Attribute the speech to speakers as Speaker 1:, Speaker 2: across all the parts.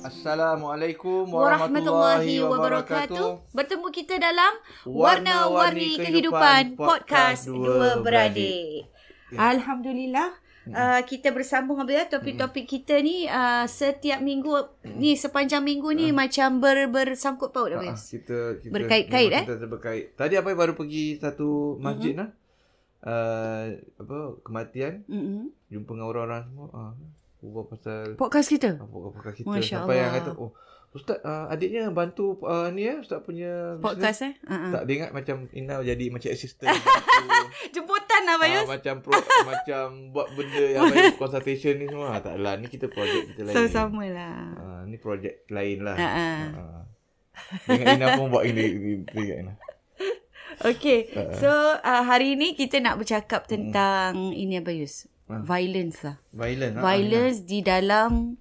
Speaker 1: Assalamualaikum warahmatullahi, warahmatullahi wabarakatuh.
Speaker 2: Bertemu kita dalam Warna-Warni Kehidupan, Kehidupan Podcast Dua Beradik. Ya. Alhamdulillah Uh, kita bersambung Abdullah topik-topik kita ni uh, setiap minggu ni sepanjang minggu ni uh. macam ber bersangkut paut
Speaker 1: uh, kita, kita
Speaker 2: berkait-kait eh Mhm.
Speaker 1: kita terberkait tadi apa baru pergi satu masjid uh-huh. lah uh, apa kematian uh-huh. jumpa dengan orang-orang semua uh berbual pasal
Speaker 2: podcast kita.
Speaker 1: Ah, podcast kita. Masya Sampai Allah. yang kata oh Ustaz uh, adiknya bantu uh, ni ya Ustaz punya
Speaker 2: podcast business. eh.
Speaker 1: Uh-huh. Tak dia ingat macam Ina jadi macam assistant.
Speaker 2: Jemputan lah Bayus.
Speaker 1: Uh, macam pro, macam buat benda yang banyak consultation ni semua. Tak lah ni kita projek kita lain.
Speaker 2: Sama-sama Ah, lah.
Speaker 1: Uh, ni projek lain lah. Uh-huh. Uh, dengan Ina pun buat ini dengan Ina.
Speaker 2: Okay, so uh, hari ni kita nak bercakap tentang hmm. ini Bayus violence lah.
Speaker 1: Violence.
Speaker 2: Violence ha, di dalam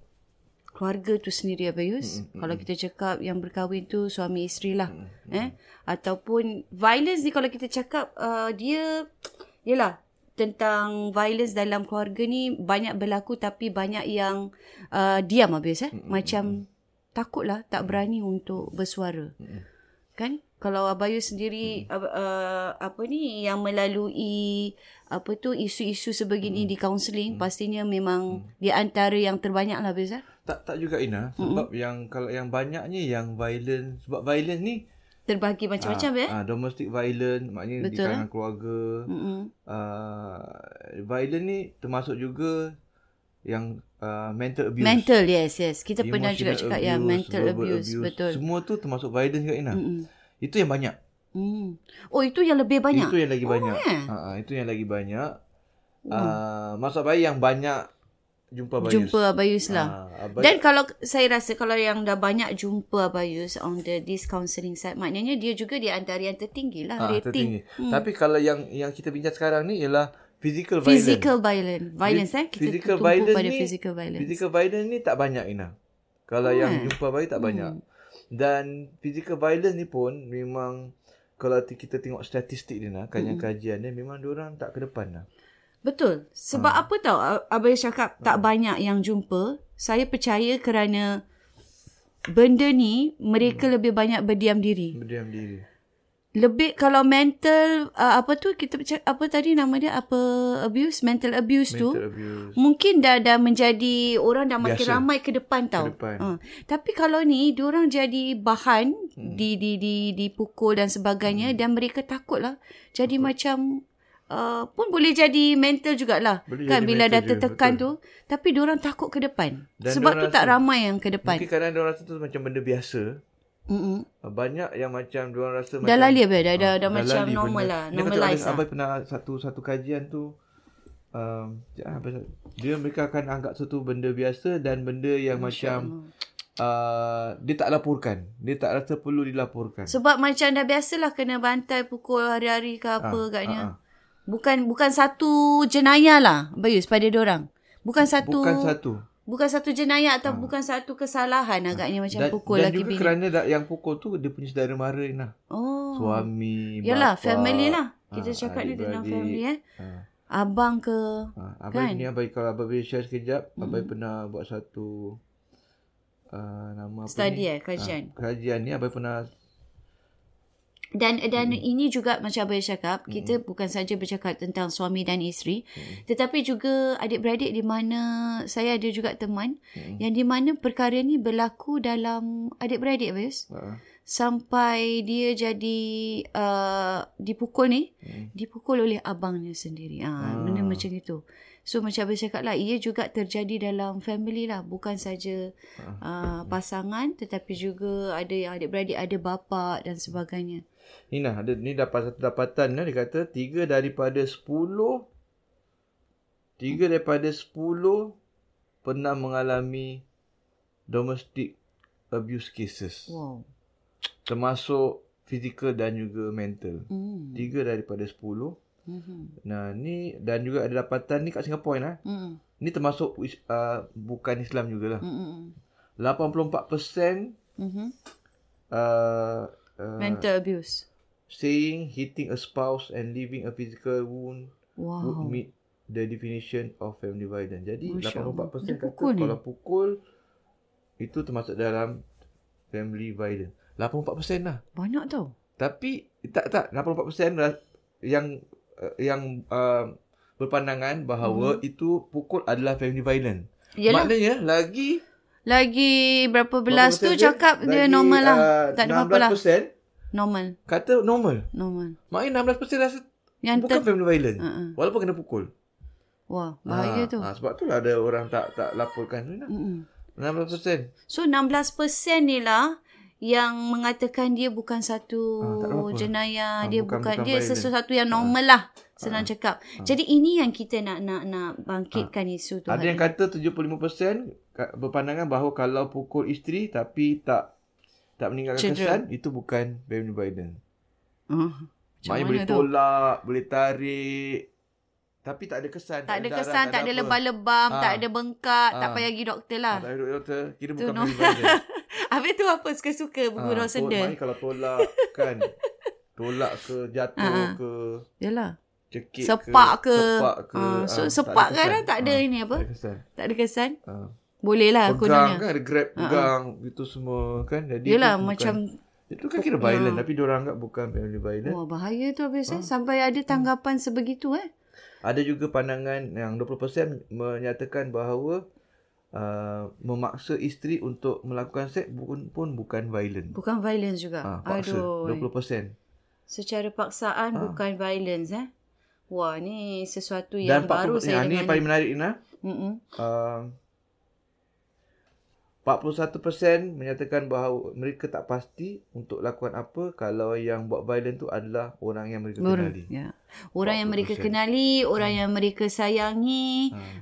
Speaker 2: keluarga tu sendiri Abang Yus. Mm, mm, kalau kita cakap yang berkahwin tu suami isteri lah. Mm, mm. Eh? Ataupun violence ni kalau kita cakap uh, dia, yelah tentang violence dalam keluarga ni banyak berlaku tapi banyak yang uh, diam Abang Yus. Eh? Mm, Macam mm. takutlah tak berani untuk bersuara. Mm. Kan? kalau Abayu sendiri hmm. uh, apa ni yang melalui apa tu isu-isu sebegini hmm. di kaunseling hmm. pastinya memang hmm. di antara yang terbanyak lah Bezar.
Speaker 1: Tak tak juga Ina sebab hmm. yang kalau yang banyaknya yang violent sebab violent ni
Speaker 2: terbahagi macam-macam
Speaker 1: ah,
Speaker 2: ya.
Speaker 1: Ah domestic violent maknanya Betul, di kalangan eh? keluarga. Hmm. Uh, violent ni termasuk juga yang uh, mental abuse.
Speaker 2: Mental yes yes. Kita Emotional pernah juga cakap abuse, yang mental abuse, abuse betul.
Speaker 1: Semua tu termasuk violent juga Ina. Hmm. Itu yang banyak.
Speaker 2: Hmm. Oh, itu yang lebih banyak.
Speaker 1: Itu yang lagi
Speaker 2: oh, Mm.
Speaker 1: banyak. Eh? Ha, itu yang lagi banyak. Hmm. Uh, maksud bayi yang banyak jumpa Ah, Abayus.
Speaker 2: Jumpa Abayus lah. Ha, Abayus. Dan kalau saya rasa kalau yang dah banyak jumpa Abayus on the this counselling side, maknanya dia juga di antara yang tertinggi lah ha, rating. Tertinggi.
Speaker 1: Hmm. Tapi kalau yang yang kita bincang sekarang ni ialah physical
Speaker 2: violence. Physical violence. Violence eh. Kita physical tumpu pada ni, physical violence.
Speaker 1: Physical violence ni tak banyak Ina. Kalau hmm. yang jumpa bayi tak banyak. Hmm. Dan physical violence ni pun memang kalau kita tengok statistik dia lah,
Speaker 2: Hmm.
Speaker 1: kajian-kajian dia memang diorang tak ke depan lah.
Speaker 2: Betul. Sebab ha. apa tau Abang cakap tak ha. banyak yang jumpa. Saya percaya kerana benda ni mereka hmm. lebih banyak berdiam diri.
Speaker 1: Berdiam diri.
Speaker 2: Lebih kalau mental uh, apa tu kita apa tadi nama dia apa abuse mental abuse mental tu abuse. mungkin dah dah menjadi orang dah makin Biasa. ramai ke depan tau. Ke depan. Uh. Tapi kalau ni diorang jadi bahan hmm. di di di dipukul dan sebagainya hmm. dan mereka takutlah. Jadi Takut. macam uh, pun boleh jadi mental jugalah boleh kan bila dah tertekan juga, betul. tu tapi diorang takut ke depan. Dan Sebab tu tak ramai yang ke depan.
Speaker 1: Mungkin kadang diorang rasa tu macam benda biasa. Mm-mm. Banyak yang macam diorang rasa
Speaker 2: dah macam lali, abis, dah, dah, dah, dah macam normal benda. lah Normalize
Speaker 1: lah Abang pernah satu satu kajian tu um, dia mereka akan anggap satu benda biasa Dan benda yang Masya macam Allah. uh, dia tak laporkan. Dia tak rasa perlu dilaporkan.
Speaker 2: Sebab macam dah biasalah kena bantai pukul hari-hari
Speaker 1: Ah,
Speaker 2: ke apa ha, katnya. Ha, ha. Bukan bukan satu jenayah lah Bayus pada orang. Bukan satu
Speaker 1: Bukan satu.
Speaker 2: bukan satu jenayah atau ha. bukan satu kesalahan agaknya macam
Speaker 1: Dan,
Speaker 2: pukul
Speaker 1: dan
Speaker 2: laki
Speaker 1: juga
Speaker 2: bini.
Speaker 1: kerana da- yang pukul tu dia punya saudara mara Inah.
Speaker 2: oh.
Speaker 1: Suami,
Speaker 2: Yalah
Speaker 1: bapa.
Speaker 2: family lah. Kita
Speaker 1: Ah,
Speaker 2: cakap ni tentang
Speaker 1: adik-beradik.
Speaker 2: family eh.
Speaker 1: Ah.
Speaker 2: Abang ke
Speaker 1: Ha, abai
Speaker 2: Kan?
Speaker 1: ni abai kalau abai boleh share sekejap, hmm. abai pernah buat satu uh, nama apa
Speaker 2: study
Speaker 1: ni?
Speaker 2: eh kajian.
Speaker 1: Ha, kajian ni abai pernah
Speaker 2: Dan dan hmm. ini juga macam abang cakap, hmm. kita bukan saja bercakap tentang suami dan isteri, hmm. tetapi juga adik-beradik di mana saya ada juga teman hmm. yang di mana perkara ni berlaku dalam adik-beradik Bayus.
Speaker 1: uh,
Speaker 2: Sampai dia jadi uh, dipukul ni, hmm. dipukul oleh abangnya sendiri. Ha, ah. benda macam itu. So macam abang cakap lah, ia juga terjadi dalam family lah. Bukan saja uh, pasangan tetapi juga ada yang adik-beradik, ada bapa dan sebagainya.
Speaker 1: ni nah ada ni dapat satu dapatan nah, dia kata tiga daripada sepuluh tiga daripada sepuluh pernah mengalami domestic abuse cases
Speaker 2: Wow.
Speaker 1: termasuk fizikal dan juga mental.
Speaker 2: Hmm.
Speaker 1: Tiga daripada sepuluh.
Speaker 2: Mhm.
Speaker 1: Nah ni dan juga ada dapatan ni kat Singapura nah.
Speaker 2: Mm.
Speaker 1: Ni termasuk is- uh, bukan Islam jugalah.
Speaker 2: Mm, mm, mm.
Speaker 1: 84%
Speaker 2: Mhm.
Speaker 1: uh, uh,
Speaker 2: Mental abuse.
Speaker 1: saying hitting a spouse and leaving a physical wound would
Speaker 2: Wow.
Speaker 1: meet the definition of family violence. Jadi
Speaker 2: Masya Allah.
Speaker 1: 84%
Speaker 2: Dia
Speaker 1: kata
Speaker 2: pukul ni.
Speaker 1: kalau pukul itu termasuk dalam family violence. 84% lah.
Speaker 2: Banyak tau.
Speaker 1: Tapi tak tak 84% ras- lah yang uh, yang uh, berpandangan bahawa itu pukul adalah family violence.
Speaker 2: Mhm. Yalah.
Speaker 1: Maknanya lagi
Speaker 2: Lagi berapa belas tu
Speaker 1: persen
Speaker 2: cakap dia
Speaker 1: lagi,
Speaker 2: normal lah.
Speaker 1: ah,
Speaker 2: tak ada apa-apa lah.
Speaker 1: 16%
Speaker 2: Normal.
Speaker 1: kata normal.
Speaker 2: Normal.
Speaker 1: Maknanya 16% rasa
Speaker 2: Yang ter...
Speaker 1: bukan family violence.
Speaker 2: Uh-uh.
Speaker 1: Walaupun kena pukul.
Speaker 2: Wah, bahaya
Speaker 1: Ah,
Speaker 2: tu.
Speaker 1: ah, sebab itulah ada orang tak tak laporkan. Ni lah,
Speaker 2: Mm-mm.
Speaker 1: 16%.
Speaker 2: So 16% ni lah yang mengatakan dia bukan satu
Speaker 1: Ah, tak ada apa.
Speaker 2: jenayah,
Speaker 1: Ah,
Speaker 2: dia
Speaker 1: bukan-
Speaker 2: bukan,
Speaker 1: bukan Ah.
Speaker 2: dia
Speaker 1: violent.
Speaker 2: sesuatu yang normal lah. Senang
Speaker 1: Ah.
Speaker 2: cakap. Jadi ini yang kita nak nak nak bangkitkan isu tu.
Speaker 1: Ada Ah. yang kata 75% ka- berpandangan bahawa kalau pukul isteri tapi tak tak meninggalkan kesan,
Speaker 2: Children.
Speaker 1: itu bukan family violence.
Speaker 2: Uh, macam
Speaker 1: Maknanya
Speaker 2: mana
Speaker 1: boleh
Speaker 2: tu?
Speaker 1: tolak, boleh tarik. Tapi tak ada kesan.
Speaker 2: Tak ada
Speaker 1: darah,
Speaker 2: kesan, tak ada lah.
Speaker 1: apa.
Speaker 2: lebam-lebam,
Speaker 1: Ah.
Speaker 2: tak ada bengkak, tak
Speaker 1: Ah.
Speaker 2: payah pergi doktor
Speaker 1: Ah,
Speaker 2: lah.
Speaker 1: Tak ada doktor. Kira
Speaker 2: Tu
Speaker 1: bukan
Speaker 2: no.
Speaker 1: family violence.
Speaker 2: Habis tu apa suka-suka
Speaker 1: Ah,
Speaker 2: bergurau
Speaker 1: tol-
Speaker 2: sendal?
Speaker 1: maknanya kalau tolak kan. tolak ke, jatuh
Speaker 2: Ah, ah.
Speaker 1: ke,
Speaker 2: Yalah.
Speaker 1: cekik
Speaker 2: Sepak ke.
Speaker 1: Sepak ke.
Speaker 2: Ah, so
Speaker 1: ah,
Speaker 2: sepak
Speaker 1: tak ada
Speaker 2: kadang
Speaker 1: kesan.
Speaker 2: tak ada
Speaker 1: Ah,
Speaker 2: ini apa?
Speaker 1: Tak ada kesan.
Speaker 2: Tak ada kesan?
Speaker 1: Ah.
Speaker 2: Boleh lah
Speaker 1: Pegang
Speaker 2: kononnya.
Speaker 1: kan ada grab pegang itu semua kan. Jadi
Speaker 2: Yalah
Speaker 1: itu bukan-
Speaker 2: macam ya.
Speaker 1: itu kan kira violent tapi dia orang anggap bukan family violent.
Speaker 2: wah bahaya tu habis
Speaker 1: Ah.
Speaker 2: eh. Sampai
Speaker 1: Hmm.
Speaker 2: ada tanggapan sebegitu eh.
Speaker 1: Ada juga pandangan yang 20% menyatakan bahawa uh, memaksa isteri untuk melakukan seks pun, pun bukan violent.
Speaker 2: Bukan violence juga.
Speaker 1: Ah, paksa Ah.
Speaker 2: Aduh.
Speaker 1: 20%.
Speaker 2: Secara paksaan bukan violence eh. Wah ni sesuatu
Speaker 1: Dan
Speaker 2: yang
Speaker 1: 40%
Speaker 2: baru saya
Speaker 1: yang ni
Speaker 2: dengar. ni.
Speaker 1: paling menarik Ina.
Speaker 2: Mm-mm.
Speaker 1: Uh, 41% menyatakan bahawa mereka tak pasti untuk lakukan apa kalau yang buat violent tu adalah orang yang mereka
Speaker 2: Orang,
Speaker 1: kenali.
Speaker 2: ya. orang yang mereka
Speaker 1: 40%.
Speaker 2: kenali, orang
Speaker 1: Hmm.
Speaker 2: yang mereka sayangi.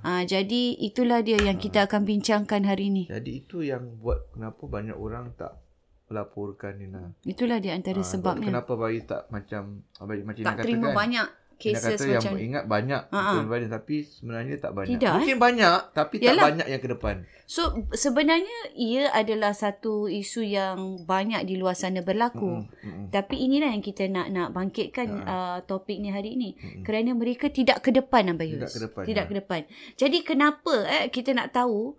Speaker 1: Ah.
Speaker 2: Ha. jadi itulah dia yang kita akan bincangkan hari ini.
Speaker 1: Jadi itu yang buat kenapa banyak orang tak melaporkan Ina.
Speaker 2: Itulah dia antara
Speaker 1: Ah,
Speaker 2: sebabnya.
Speaker 1: Kenapa bayi tak macam ah, bayi macam Ina
Speaker 2: Tak terima
Speaker 1: katakan.
Speaker 2: banyak
Speaker 1: Dia
Speaker 2: cases
Speaker 1: kata yang
Speaker 2: macam
Speaker 1: ingat banyak
Speaker 2: Ha-ha.
Speaker 1: uh-huh. violence tapi sebenarnya tak banyak.
Speaker 2: Tidak, eh?
Speaker 1: Mungkin banyak tapi
Speaker 2: Yalah.
Speaker 1: tak banyak yang ke depan.
Speaker 2: So sebenarnya ia adalah satu isu yang banyak di luar sana berlaku.
Speaker 1: Mm, mm, mm.
Speaker 2: Tapi inilah yang kita nak nak bangkitkan
Speaker 1: Ha.
Speaker 2: uh, topik ni hari ini kerana mereka tidak ke depan Abayus.
Speaker 1: Tidak ke depan,
Speaker 2: Tidak
Speaker 1: ya.
Speaker 2: ke depan. Jadi kenapa eh kita nak tahu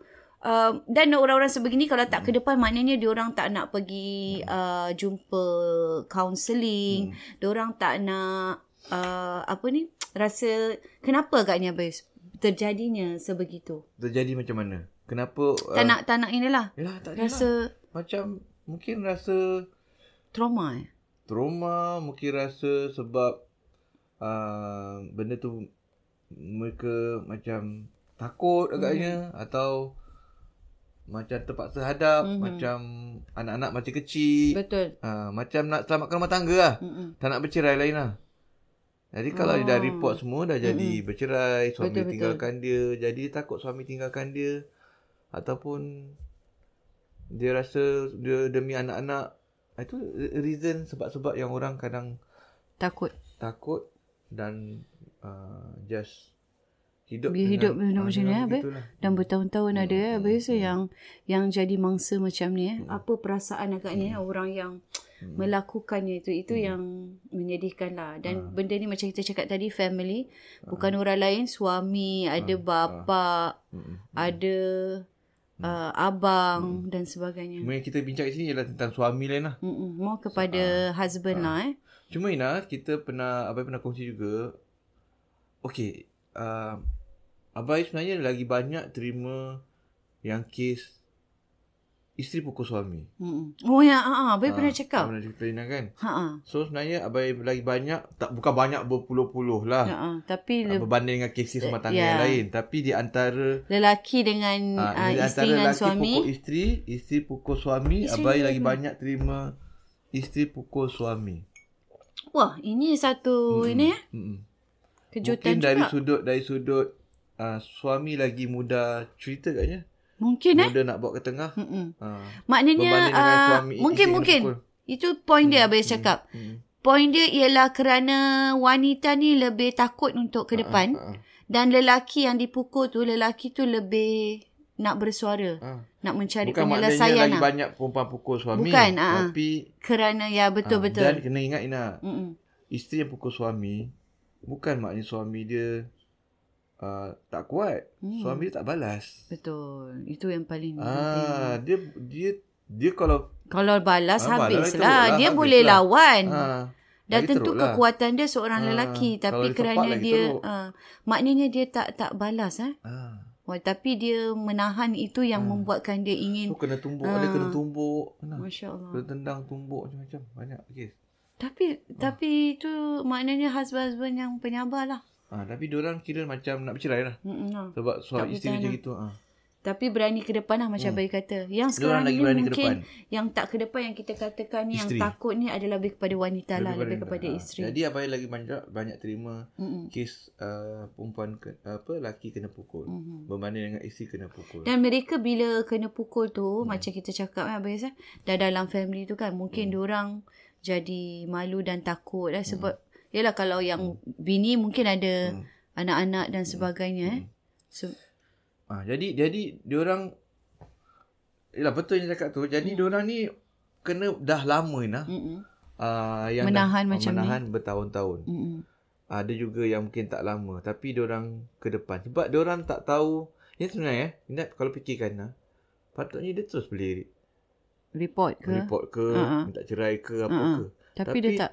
Speaker 2: uh, dan orang-orang sebegini kalau tak
Speaker 1: Hmm.
Speaker 2: ke depan maknanya diorang tak nak pergi uh, jumpa
Speaker 1: Hmm.
Speaker 2: kaunseling, diorang tak nak uh, apa ni rasa kenapa agaknya Abayus terjadinya sebegitu.
Speaker 1: Terjadi macam mana? Kenapa ah,
Speaker 2: Tak nak tak nak inilah
Speaker 1: Yalah, tak ada Uh. lah.
Speaker 2: rasa
Speaker 1: macam mungkin rasa
Speaker 2: trauma eh.
Speaker 1: trauma, mungkin rasa sebab uh, benda tu mereka macam takut agaknya mm. atau macam terpaksa hadap,
Speaker 2: Mhm.
Speaker 1: mm. macam anak-anak macam kecil,
Speaker 2: Betul.
Speaker 1: uh, macam nak selamatkan rumah tangga lah.
Speaker 2: Mm-mm.
Speaker 1: Tak nak bercerai lain lah. Jadi kalau dia dah
Speaker 2: Ah.
Speaker 1: report semua dah jadi mm bercerai, suami
Speaker 2: Betul,
Speaker 1: betul,
Speaker 2: betul.
Speaker 1: tinggalkan dia, jadi dia takut suami tinggalkan dia ataupun Dia rasa dia demi anak-anak. ah, Itu reason sebab-sebab yang orang kadang
Speaker 2: Takut.
Speaker 1: takut dan uh, just hidup
Speaker 2: Dia hidup benda
Speaker 1: ah,
Speaker 2: macam ni,
Speaker 1: dengan
Speaker 2: habis.
Speaker 1: begitulah.
Speaker 2: Dan bertahun-tahun
Speaker 1: Hmm.
Speaker 2: ada eh. Biasa yang yang jadi mangsa macam ni
Speaker 1: Hmm.
Speaker 2: eh. Apa perasaan agaknya eh, orang yang melakukannya itu.
Speaker 1: Hmm.
Speaker 2: Itu yang menyedihkan lah.
Speaker 1: Ah.
Speaker 2: Dan benda ni macam kita cakap tadi family. Bukan orang lain. Suami, ada
Speaker 1: Ah.
Speaker 2: bapa,
Speaker 1: Mm-mm.
Speaker 2: ada
Speaker 1: Hmm.
Speaker 2: uh, abang dan sebagagnya.
Speaker 1: Cuma yang kita bincang kat sini ialah tentang suami lain lah.
Speaker 2: Mm-mm. More kepada husband
Speaker 1: Ah.
Speaker 2: lah eh.
Speaker 1: Cuma Ina, kita pernah, Abai pernah kongsi juga. Okay, uh, Abai sebenarnya lagi banyak terima yang kes isteri pukul suami.
Speaker 2: Mm-mm. Oh ya, ha, Abang
Speaker 1: Ah,
Speaker 2: pernah cakap.
Speaker 1: Pernah cerita Ina kan?
Speaker 2: Ha, ha.
Speaker 1: So sebenarnya Abai lagi banyak, tak bukan banyak berpuluh-puluh lah.
Speaker 2: Ha, tapi le-
Speaker 1: Yeah. Berbanding dengan kes-kes rumah tangga
Speaker 2: Ya.
Speaker 1: yang lain. Tapi di antara...
Speaker 2: lelaki dengan
Speaker 1: Ah,
Speaker 2: uh,
Speaker 1: di
Speaker 2: isteri dengan
Speaker 1: lelaki
Speaker 2: suami.
Speaker 1: pukul isteri, isteri pukul suami,
Speaker 2: Isteri
Speaker 1: abai lagi
Speaker 2: terima.
Speaker 1: banyak terima isteri pukul suami.
Speaker 2: Wah, ini satu hmm. ini eh
Speaker 1: Mm-mm.
Speaker 2: kejutan
Speaker 1: Mungkin
Speaker 2: juga.
Speaker 1: dari sudut dari sudut uh, suami lagi muda cerita katnya.
Speaker 2: mungkin eh.
Speaker 1: Muda nak bawa ke tengah.
Speaker 2: Mm-mm.
Speaker 1: Uh,
Speaker 2: Maknanya
Speaker 1: berbanding dengan
Speaker 2: uh,
Speaker 1: suami
Speaker 2: mungkin
Speaker 1: isteri Hmm,
Speaker 2: mungkin
Speaker 1: pukul.
Speaker 2: itu point dia abang cakap.
Speaker 1: Mm.
Speaker 2: Point dia ialah kerana wanita ni lebih takut untuk ke depan
Speaker 1: ah,
Speaker 2: dan lelaki yang dipukul tu lelaki tu lebih nak bersuara,
Speaker 1: ah.
Speaker 2: nak mencari
Speaker 1: Bukan maknanya
Speaker 2: penyelesaian
Speaker 1: lagi
Speaker 2: lah.
Speaker 1: banyak perempuan pukul suami.
Speaker 2: Bukan, ah, ah.
Speaker 1: Tapi
Speaker 2: Kerana ya betul
Speaker 1: ah,
Speaker 2: betul.
Speaker 1: Dan kena ingat Ina,
Speaker 2: Mm-mm.
Speaker 1: isteri yang pukul suami bukan maknanya suami dia uh, tak kuat.
Speaker 2: Hmm.
Speaker 1: Suami dia tak balas.
Speaker 2: Betul. Itu yang paling penting.
Speaker 1: Ah, dia dia dia kalau
Speaker 2: Kalau balas
Speaker 1: Ah, balas
Speaker 2: habis
Speaker 1: teruk
Speaker 2: lah.
Speaker 1: lah,
Speaker 2: Dia
Speaker 1: habis
Speaker 2: boleh
Speaker 1: lah.
Speaker 2: lawan.
Speaker 1: ah,
Speaker 2: Dah
Speaker 1: lagi
Speaker 2: tentu
Speaker 1: teruk lah.
Speaker 2: kekuatan dia seorang
Speaker 1: Ah,
Speaker 2: lelaki tapi
Speaker 1: kalau dia
Speaker 2: kerana
Speaker 1: sepak lagi
Speaker 2: dia
Speaker 1: teruk.
Speaker 2: uh, maknanya dia tak tak balas eh.
Speaker 1: ah,
Speaker 2: Wah, tapi dia menahan itu yang
Speaker 1: Ah.
Speaker 2: membuatkan dia
Speaker 1: tu
Speaker 2: ingin
Speaker 1: kena tumbuk,
Speaker 2: Ah.
Speaker 1: ada kena tumbuk. Nah, kena
Speaker 2: masya-Allah.
Speaker 1: tendang tumbuk macam-macam banyak kes.
Speaker 2: Tapi tapi itu maknanya husband-husband yang penyabar lah.
Speaker 1: Ah, tapi diorang kira macam nak bercerai lah.
Speaker 2: Mm-mm, ah. Tak
Speaker 1: Sebab suami
Speaker 2: bertahan
Speaker 1: isteri macam
Speaker 2: lah.
Speaker 1: gitu. Ah.
Speaker 2: Tapi berani ke depan lah macam
Speaker 1: Hmm.
Speaker 2: hmm. bayi kata. Yang
Speaker 1: Diorang
Speaker 2: sekarang
Speaker 1: lagi
Speaker 2: ni
Speaker 1: berani ke
Speaker 2: mungkin lah
Speaker 1: depan.
Speaker 2: yang tak ke depan yang kita katakan ni yang
Speaker 1: Isteri.
Speaker 2: takut ni adalah lebih kepada wanita lah, lebih kepada
Speaker 1: Ah,
Speaker 2: isteri.
Speaker 1: Jadi abai lagi banyak banyak terima
Speaker 2: Mm-mm.
Speaker 1: kes uh, perempuan ke, apa laki kena pukul.
Speaker 2: Mhm.
Speaker 1: Berbanding dengan isteri kena pukul.
Speaker 2: Dan mereka bila kena pukul tu hmm. macam kita cakap kan biasa dah dalam family tu kan mungkin hmm. diorang jadi malu dan takut lah sebab hmm. yalah kalau yang bini mungkin ada
Speaker 1: Hmm.
Speaker 2: anak-anak dan sebagainya eh. So,
Speaker 1: Ah, jadi jadi diorang Yalah betul yang cakap tu.
Speaker 2: Hmm.
Speaker 1: Jadi diorang ni kena dah lama nah.
Speaker 2: mm-mm,
Speaker 1: Ah, yang
Speaker 2: Menahan
Speaker 1: dah,
Speaker 2: macam ni.
Speaker 1: menahan bertahun-tahun.
Speaker 2: mm-mm.
Speaker 1: Ada juga yang mungkin tak lama tapi diorang ke depan sebab diorang tak tahu ya sebenarnya eh, Inat kalau fikirkan nah, patutnya dia terus boleh
Speaker 2: report
Speaker 1: ke?
Speaker 2: ke
Speaker 1: report ke,
Speaker 2: Ha-ha.
Speaker 1: uh-huh. minta cerai ke apa
Speaker 2: Ha-ha.
Speaker 1: uh-huh. ke.
Speaker 2: tapi,
Speaker 1: tapi-
Speaker 2: dia tak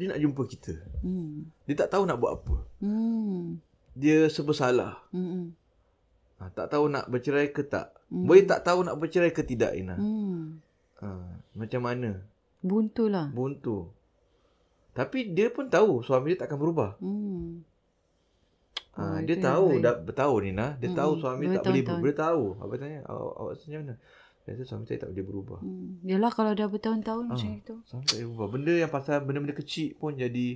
Speaker 1: Dia nak jumpa kita.
Speaker 2: hmm.
Speaker 1: Dia tak tahu nak buat apa.
Speaker 2: Hmm.
Speaker 1: Dia serba salah.
Speaker 2: Mm-mm.
Speaker 1: Ha, tak tahu nak bercerai ke tak.
Speaker 2: Mm.
Speaker 1: Boleh tak tahu nak bercerai ke tidak Ina.
Speaker 2: Hmm.
Speaker 1: Ha, macam mana?
Speaker 2: buntu lah
Speaker 1: Buntu. Tapi dia pun tahu suami dia takkan berubah.
Speaker 2: hmm. Oh,
Speaker 1: Ha,
Speaker 2: itu
Speaker 1: dia
Speaker 2: yang
Speaker 1: tahu
Speaker 2: baik.
Speaker 1: dah bertahun Ina. Dia
Speaker 2: Mm-mm.
Speaker 1: tahu suami tak boleh
Speaker 2: Bertahun-tahun.
Speaker 1: berubah. Dia tahu. Apa tanya? Awak, awak rasa macam mana? Dia kata suami saya tak boleh berubah.
Speaker 2: Hmm. Yalah kalau dah bertahun-tahun
Speaker 1: Ah.
Speaker 2: macam itu
Speaker 1: Suami tak boleh berubah. Benda yang pasal benda-benda kecil pun jadi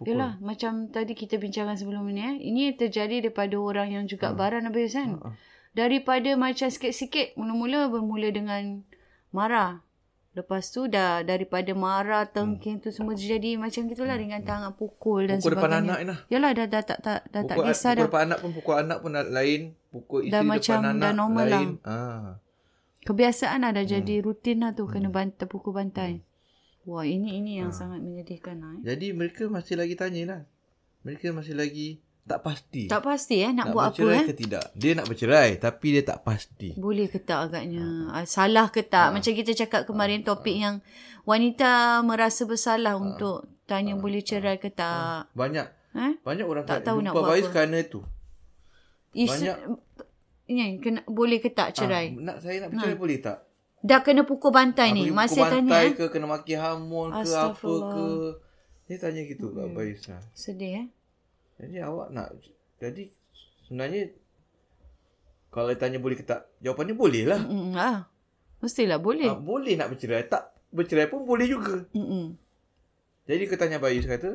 Speaker 1: pukul.
Speaker 2: Yalah, macam tadi kita bincangkan sebelum ni eh. Ini terjadi daripada orang yang juga
Speaker 1: Ha.
Speaker 2: baran habis kan.
Speaker 1: Ha, ha.
Speaker 2: Daripada macam sikit-sikit mula-mula bermula dengan marah. Lepas tu dah daripada marah, tengking tu semua jadi macam gitulah dengan tangan pukul dan
Speaker 1: Hmm. Pukul depan
Speaker 2: sebagainya.
Speaker 1: anak Ina.
Speaker 2: Yalah dah dah tak tak dah tak
Speaker 1: pukul,
Speaker 2: kisah
Speaker 1: pukul
Speaker 2: dah.
Speaker 1: depan anak pun pukul anak pun na- lain pukul isteri
Speaker 2: Dah
Speaker 1: depan
Speaker 2: macam
Speaker 1: anak
Speaker 2: dah normal lah.
Speaker 1: lain ah
Speaker 2: Kebiasaan lah
Speaker 1: Hmm.
Speaker 2: dah jadi rutin lah tu kena bantai pukul bantai. Wah, ini ini yang
Speaker 1: Ah.
Speaker 2: sangat menyedihkan lah. Eh.
Speaker 1: jadi mereka masih lagi tanya lah mereka masih lagi tak pasti
Speaker 2: Tak pasti eh nak,
Speaker 1: nak
Speaker 2: buat apa
Speaker 1: bercerai
Speaker 2: eh.
Speaker 1: ke tidak dia nak bercerai tapi dia tak pasti
Speaker 2: Boleh ke tak agaknya? Ha.
Speaker 1: Ah,
Speaker 2: Salah ke tak? Macam kita cakap kemarin topik yang wanita merasa
Speaker 1: Ah.
Speaker 2: bersalah untuk tanya boleh cerai ke tak.
Speaker 1: banyak
Speaker 2: Eh?
Speaker 1: banyak orang
Speaker 2: Tak
Speaker 1: tak,
Speaker 2: tahu nak
Speaker 1: jumpa
Speaker 2: buat
Speaker 1: baik
Speaker 2: apa.
Speaker 1: kerana itu
Speaker 2: Isu, Ini, Ya, kena, boleh ke tak cerai?
Speaker 1: ah, nak saya nak bercerai boleh tak
Speaker 2: Dah kena pukul bantai
Speaker 1: Aku
Speaker 2: Ha. ni.
Speaker 1: pergi
Speaker 2: Masih
Speaker 1: pukul
Speaker 2: tanya.
Speaker 1: bantai
Speaker 2: Eh?
Speaker 1: ke kena maki hamun ke apa ke
Speaker 2: Astagfirullah.
Speaker 1: dia tanya gitu hmm. Abang Isna
Speaker 2: Sedih eh?
Speaker 1: Jadi awak nak Jadi Sebenarnya Kalau tanya boleh ke tak Jawapannya boleh lah
Speaker 2: Mm-mm, ah. Mestilah
Speaker 1: Ah,
Speaker 2: boleh.
Speaker 1: boleh nak bercerai Tak bercerai pun boleh juga
Speaker 2: Mm-mm.
Speaker 1: Jadi kita tanya Bayu Saya kata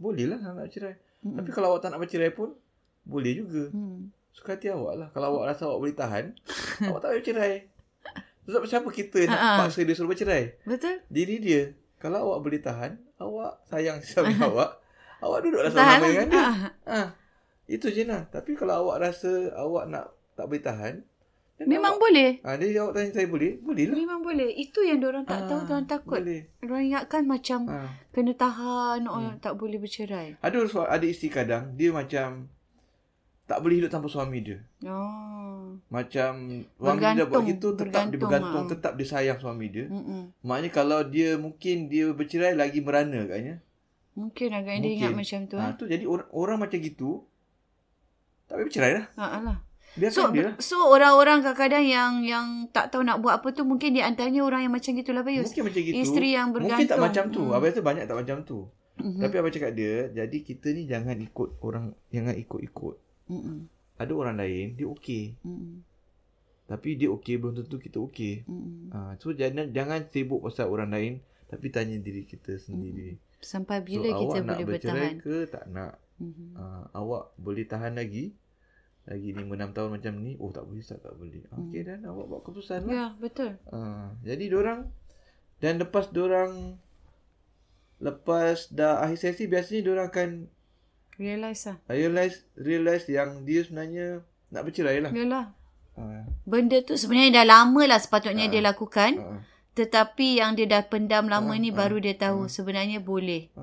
Speaker 1: Boleh lah nak bercerai
Speaker 2: Mm-mm.
Speaker 1: Tapi kalau awak tak nak bercerai pun Boleh juga
Speaker 2: Mm.
Speaker 1: Suka hati awak lah. Kalau awak rasa awak boleh tahan, awak tak payah bercerai. Sebab siapa kita nak
Speaker 2: Ha, ha.
Speaker 1: paksa dia suruh bercerai?
Speaker 2: Betul?
Speaker 1: Diri dia. Kalau awak boleh tahan, awak sayang sama awak, awak duduklah
Speaker 2: Tahan
Speaker 1: sama-sama
Speaker 2: lah.
Speaker 1: dengan dia.
Speaker 2: Ah,
Speaker 1: Ha. Itu je lah. Tapi kalau awak rasa awak nak tak boleh tahan, then
Speaker 2: Memang
Speaker 1: awak,
Speaker 2: boleh.
Speaker 1: ha, dia jawab tanya saya boleh? Boleh lah.
Speaker 2: Memang boleh. Itu yang orang tak tahu
Speaker 1: Ah,
Speaker 2: orang takut.
Speaker 1: Boleh.
Speaker 2: Orang ingatkan macam
Speaker 1: Ha.
Speaker 2: kena tahan orang
Speaker 1: Hmm.
Speaker 2: tak boleh bercerai.
Speaker 1: Ada su- ada isteri kadang dia macam tak boleh hidup tanpa suami dia.
Speaker 2: Oh.
Speaker 1: Macam suami dia dah
Speaker 2: Bergantung,
Speaker 1: buat gitu tetap dia
Speaker 2: bergantung,
Speaker 1: bergantung,
Speaker 2: ha.
Speaker 1: tetap dia sayang suami dia.
Speaker 2: Mm-mm.
Speaker 1: Maknanya kalau dia mungkin dia bercerai lagi merana katnya.
Speaker 2: Mungkin agaknya dia ingat
Speaker 1: Mungkin.
Speaker 2: macam tu.
Speaker 1: Ha,
Speaker 2: Ha.
Speaker 1: tu jadi orang orang macam gitu tak payah bercerai lah.
Speaker 2: Ha, alah.
Speaker 1: Biarkan
Speaker 2: So,
Speaker 1: dia lah.
Speaker 2: so orang-orang kadang-kadang yang yang tak tahu nak buat apa tu mungkin di antaranya orang yang macam gitulah Bayus.
Speaker 1: Mungkin macam gitu.
Speaker 2: Isteri yang bergantung.
Speaker 1: Mungkin tak macam tu.
Speaker 2: Hmm.
Speaker 1: Abang rasa banyak tak macam tu.
Speaker 2: Mhm.
Speaker 1: Tapi abang cakap dia, jadi kita ni jangan ikut orang, jangan ikut-ikut.
Speaker 2: Mm-mm.
Speaker 1: Ada orang lain, dia okey.
Speaker 2: Mm-mm.
Speaker 1: Tapi dia okey belum tentu kita okey.
Speaker 2: Mm-mm.
Speaker 1: Ha, so jangan jangan sibuk pasal orang lain tapi tanya diri kita sendiri.
Speaker 2: Sampai Hmm. bila
Speaker 1: so,
Speaker 2: kita
Speaker 1: awak nak
Speaker 2: boleh
Speaker 1: bercerai
Speaker 2: bertahan.
Speaker 1: ke tak nak?
Speaker 2: Mhm.
Speaker 1: Ha, awak boleh tahan lagi? Lagi 5 6 tahun macam ni. Oh tak boleh Ustaz, tak boleh.
Speaker 2: Hmm.
Speaker 1: Okey dan awak buat keputusan lah.
Speaker 2: Ya, betul.
Speaker 1: Ha, jadi orang dan lepas orang lepas dah akhir sesi biasanya orang akan
Speaker 2: Realise lah.
Speaker 1: realize realize yang dia sebenarnya nak bercerai lah.
Speaker 2: Yalah.
Speaker 1: Ha,
Speaker 2: Benda tu sebenarnya dah lama lah sepatutnya dia lakukan.
Speaker 1: ha,
Speaker 2: Tetapi yang dia dah pendam lama
Speaker 1: Ah,
Speaker 2: ni
Speaker 1: ah, Ah.
Speaker 2: baru dia tahu sebenarnya boleh.
Speaker 1: ha.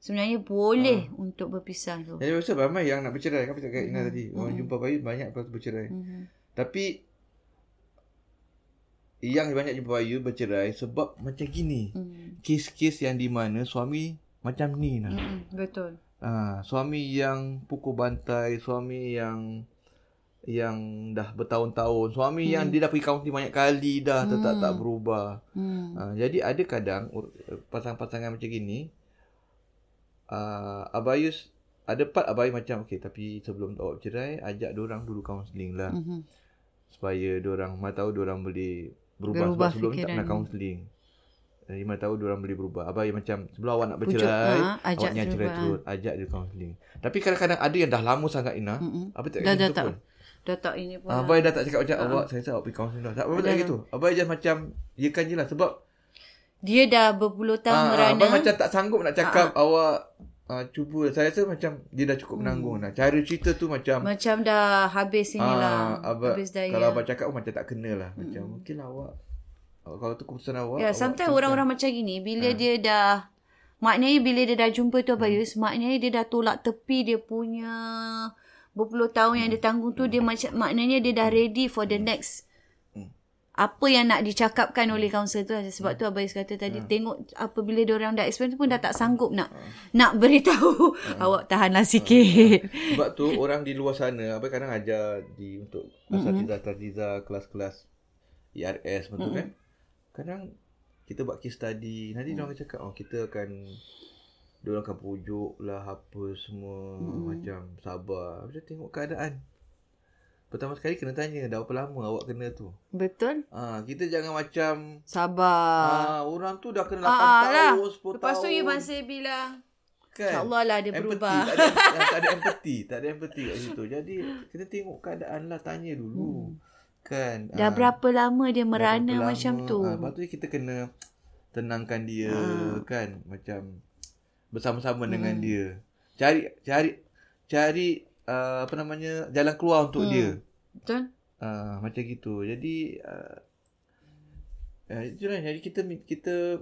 Speaker 2: Sebenarnya boleh untuk berpisah tu.
Speaker 1: Jadi pasal ramai yang nak bercerai kan pasal kat Ina
Speaker 2: Hmm.
Speaker 1: tadi. Orang
Speaker 2: Mm-mm.
Speaker 1: jumpa bayi banyak pasal bercerai.
Speaker 2: Mhm.
Speaker 1: Tapi yang banyak jumpa Ayu bercerai sebab macam gini.
Speaker 2: Mhm.
Speaker 1: Kes-kes yang di mana suami macam ni lah.
Speaker 2: Mhm. Betul.
Speaker 1: Ha, suami yang pukul bantai, suami yang yang dah bertahun-tahun, suami
Speaker 2: Hmm.
Speaker 1: yang dia dah pergi kaunti banyak kali dah hmm. tetap
Speaker 2: Hmm.
Speaker 1: tak berubah.
Speaker 2: Hmm.
Speaker 1: Ha, jadi ada kadang ur- pasangan-pasangan macam gini uh, Abayus ada part Abayus macam okay tapi sebelum awak bercerai ajak orang dulu kaunseling lah
Speaker 2: Mhm.
Speaker 1: supaya orang mana tahu orang boleh
Speaker 2: Berubah
Speaker 1: berubah, sebab sebelum ni tak
Speaker 2: fikiran.
Speaker 1: pernah Eh, kaunseling. Jadi mana tahu orang boleh berubah. Abayus macam sebelum awak nak
Speaker 2: Pujuk,
Speaker 1: bercerai
Speaker 2: ah, ajak
Speaker 1: awak ni cerai
Speaker 2: terus. ha."
Speaker 1: terus ajak dia kaunseling. Tapi kadang-kadang ada yang dah lama sangat Ina. Hmm.
Speaker 2: Mm-mm.
Speaker 1: Apa tak
Speaker 2: Mhm. Dah- dah
Speaker 1: gitu
Speaker 2: tak
Speaker 1: pun.
Speaker 2: Dah tak ini pun. dah.
Speaker 1: Ah, Abai dah tak cakap macam awak saya rasa awak pergi kaunseling dah. Tak apa tak
Speaker 2: Dah-
Speaker 1: gitu. Abai just macam dia kan je lah sebab
Speaker 2: Dia dah berpuluh tahun
Speaker 1: Ah,
Speaker 2: merana.
Speaker 1: Abang macam tak sanggup nak cakap
Speaker 2: Ah,
Speaker 1: awak uh, cuba. Saya rasa macam dia dah cukup menanggung dah. Cara cerita tu
Speaker 2: Hmm.
Speaker 1: macam
Speaker 2: Macam dah habis inilah.
Speaker 1: ah, abang,
Speaker 2: habis ya. daya.
Speaker 1: kalau abang cakap pun macam tak kena lah. Macam mungkin lah awak awak- kalau tu keputusan awak.
Speaker 2: Ya,
Speaker 1: awak
Speaker 2: sometimes
Speaker 1: teruskan.
Speaker 2: orang-orang macam gini
Speaker 1: Ah.
Speaker 2: bila dia dah maknanya bila dia dah jumpa tu
Speaker 1: Hmm.
Speaker 2: Abayus, maknanya dia dah tolak tepi dia punya berpuluh tahun yang dia tanggung tu
Speaker 1: Hmm.
Speaker 2: dia macam maknanya dia dah ready for the next apa yang nak dicakapkan oleh
Speaker 1: Hmm.
Speaker 2: kaunselor tu sebab tu Abayus kata tadi tengok apabila dia orang dah explain tu pun dah tak
Speaker 1: Hmm.
Speaker 2: sanggup nak
Speaker 1: Ah.
Speaker 2: nak beritahu awak tahanlah
Speaker 1: Oh,
Speaker 2: sikit
Speaker 1: sebab tu orang di luar sana abang kadang ajar di untuk asatiza-asatiza kelas-kelas ERS betul kan. Kadang kita buat case study, nanti dia orang akan cakap oh kita akan dia orang akan pujuk lah apa semua macam sabar. Macam tengok keadaan. Pertama sekali kena tanya dah berapa lama awak kena tu.
Speaker 2: betul
Speaker 1: Ah, kita jangan macam
Speaker 2: sabar
Speaker 1: ah, orang tu dah kena
Speaker 2: ah,
Speaker 1: 8
Speaker 2: ah, lah.
Speaker 1: tahun, 10 tahun.
Speaker 2: lepas tu you masih bilang
Speaker 1: kan?
Speaker 2: insyaallah lah dia
Speaker 1: Empathy, Ah.
Speaker 2: berubah
Speaker 1: Tak ada, tak- tak ada empathy. Tak ada empathy kat situ. Jadi, kita tengok keadaan lah. Tanya dulu. Kan?
Speaker 2: Hmm. Dah
Speaker 1: ah,
Speaker 2: berapa lama dia
Speaker 1: dah
Speaker 2: merana
Speaker 1: berapa
Speaker 2: macam
Speaker 1: lama.
Speaker 2: tu? Ah.
Speaker 1: Ah, lepas tu kita kena tenangkan dia. Kan? Macam bersama-sama
Speaker 2: Hmm.
Speaker 1: dengan dia. Cari, cari, cari ah, apa namanya, jalan keluar
Speaker 2: Hmm.
Speaker 1: untuk dia.
Speaker 2: Betul?
Speaker 1: Ah, macam gitu. Jadi uh, uh, itulah jadi kita kita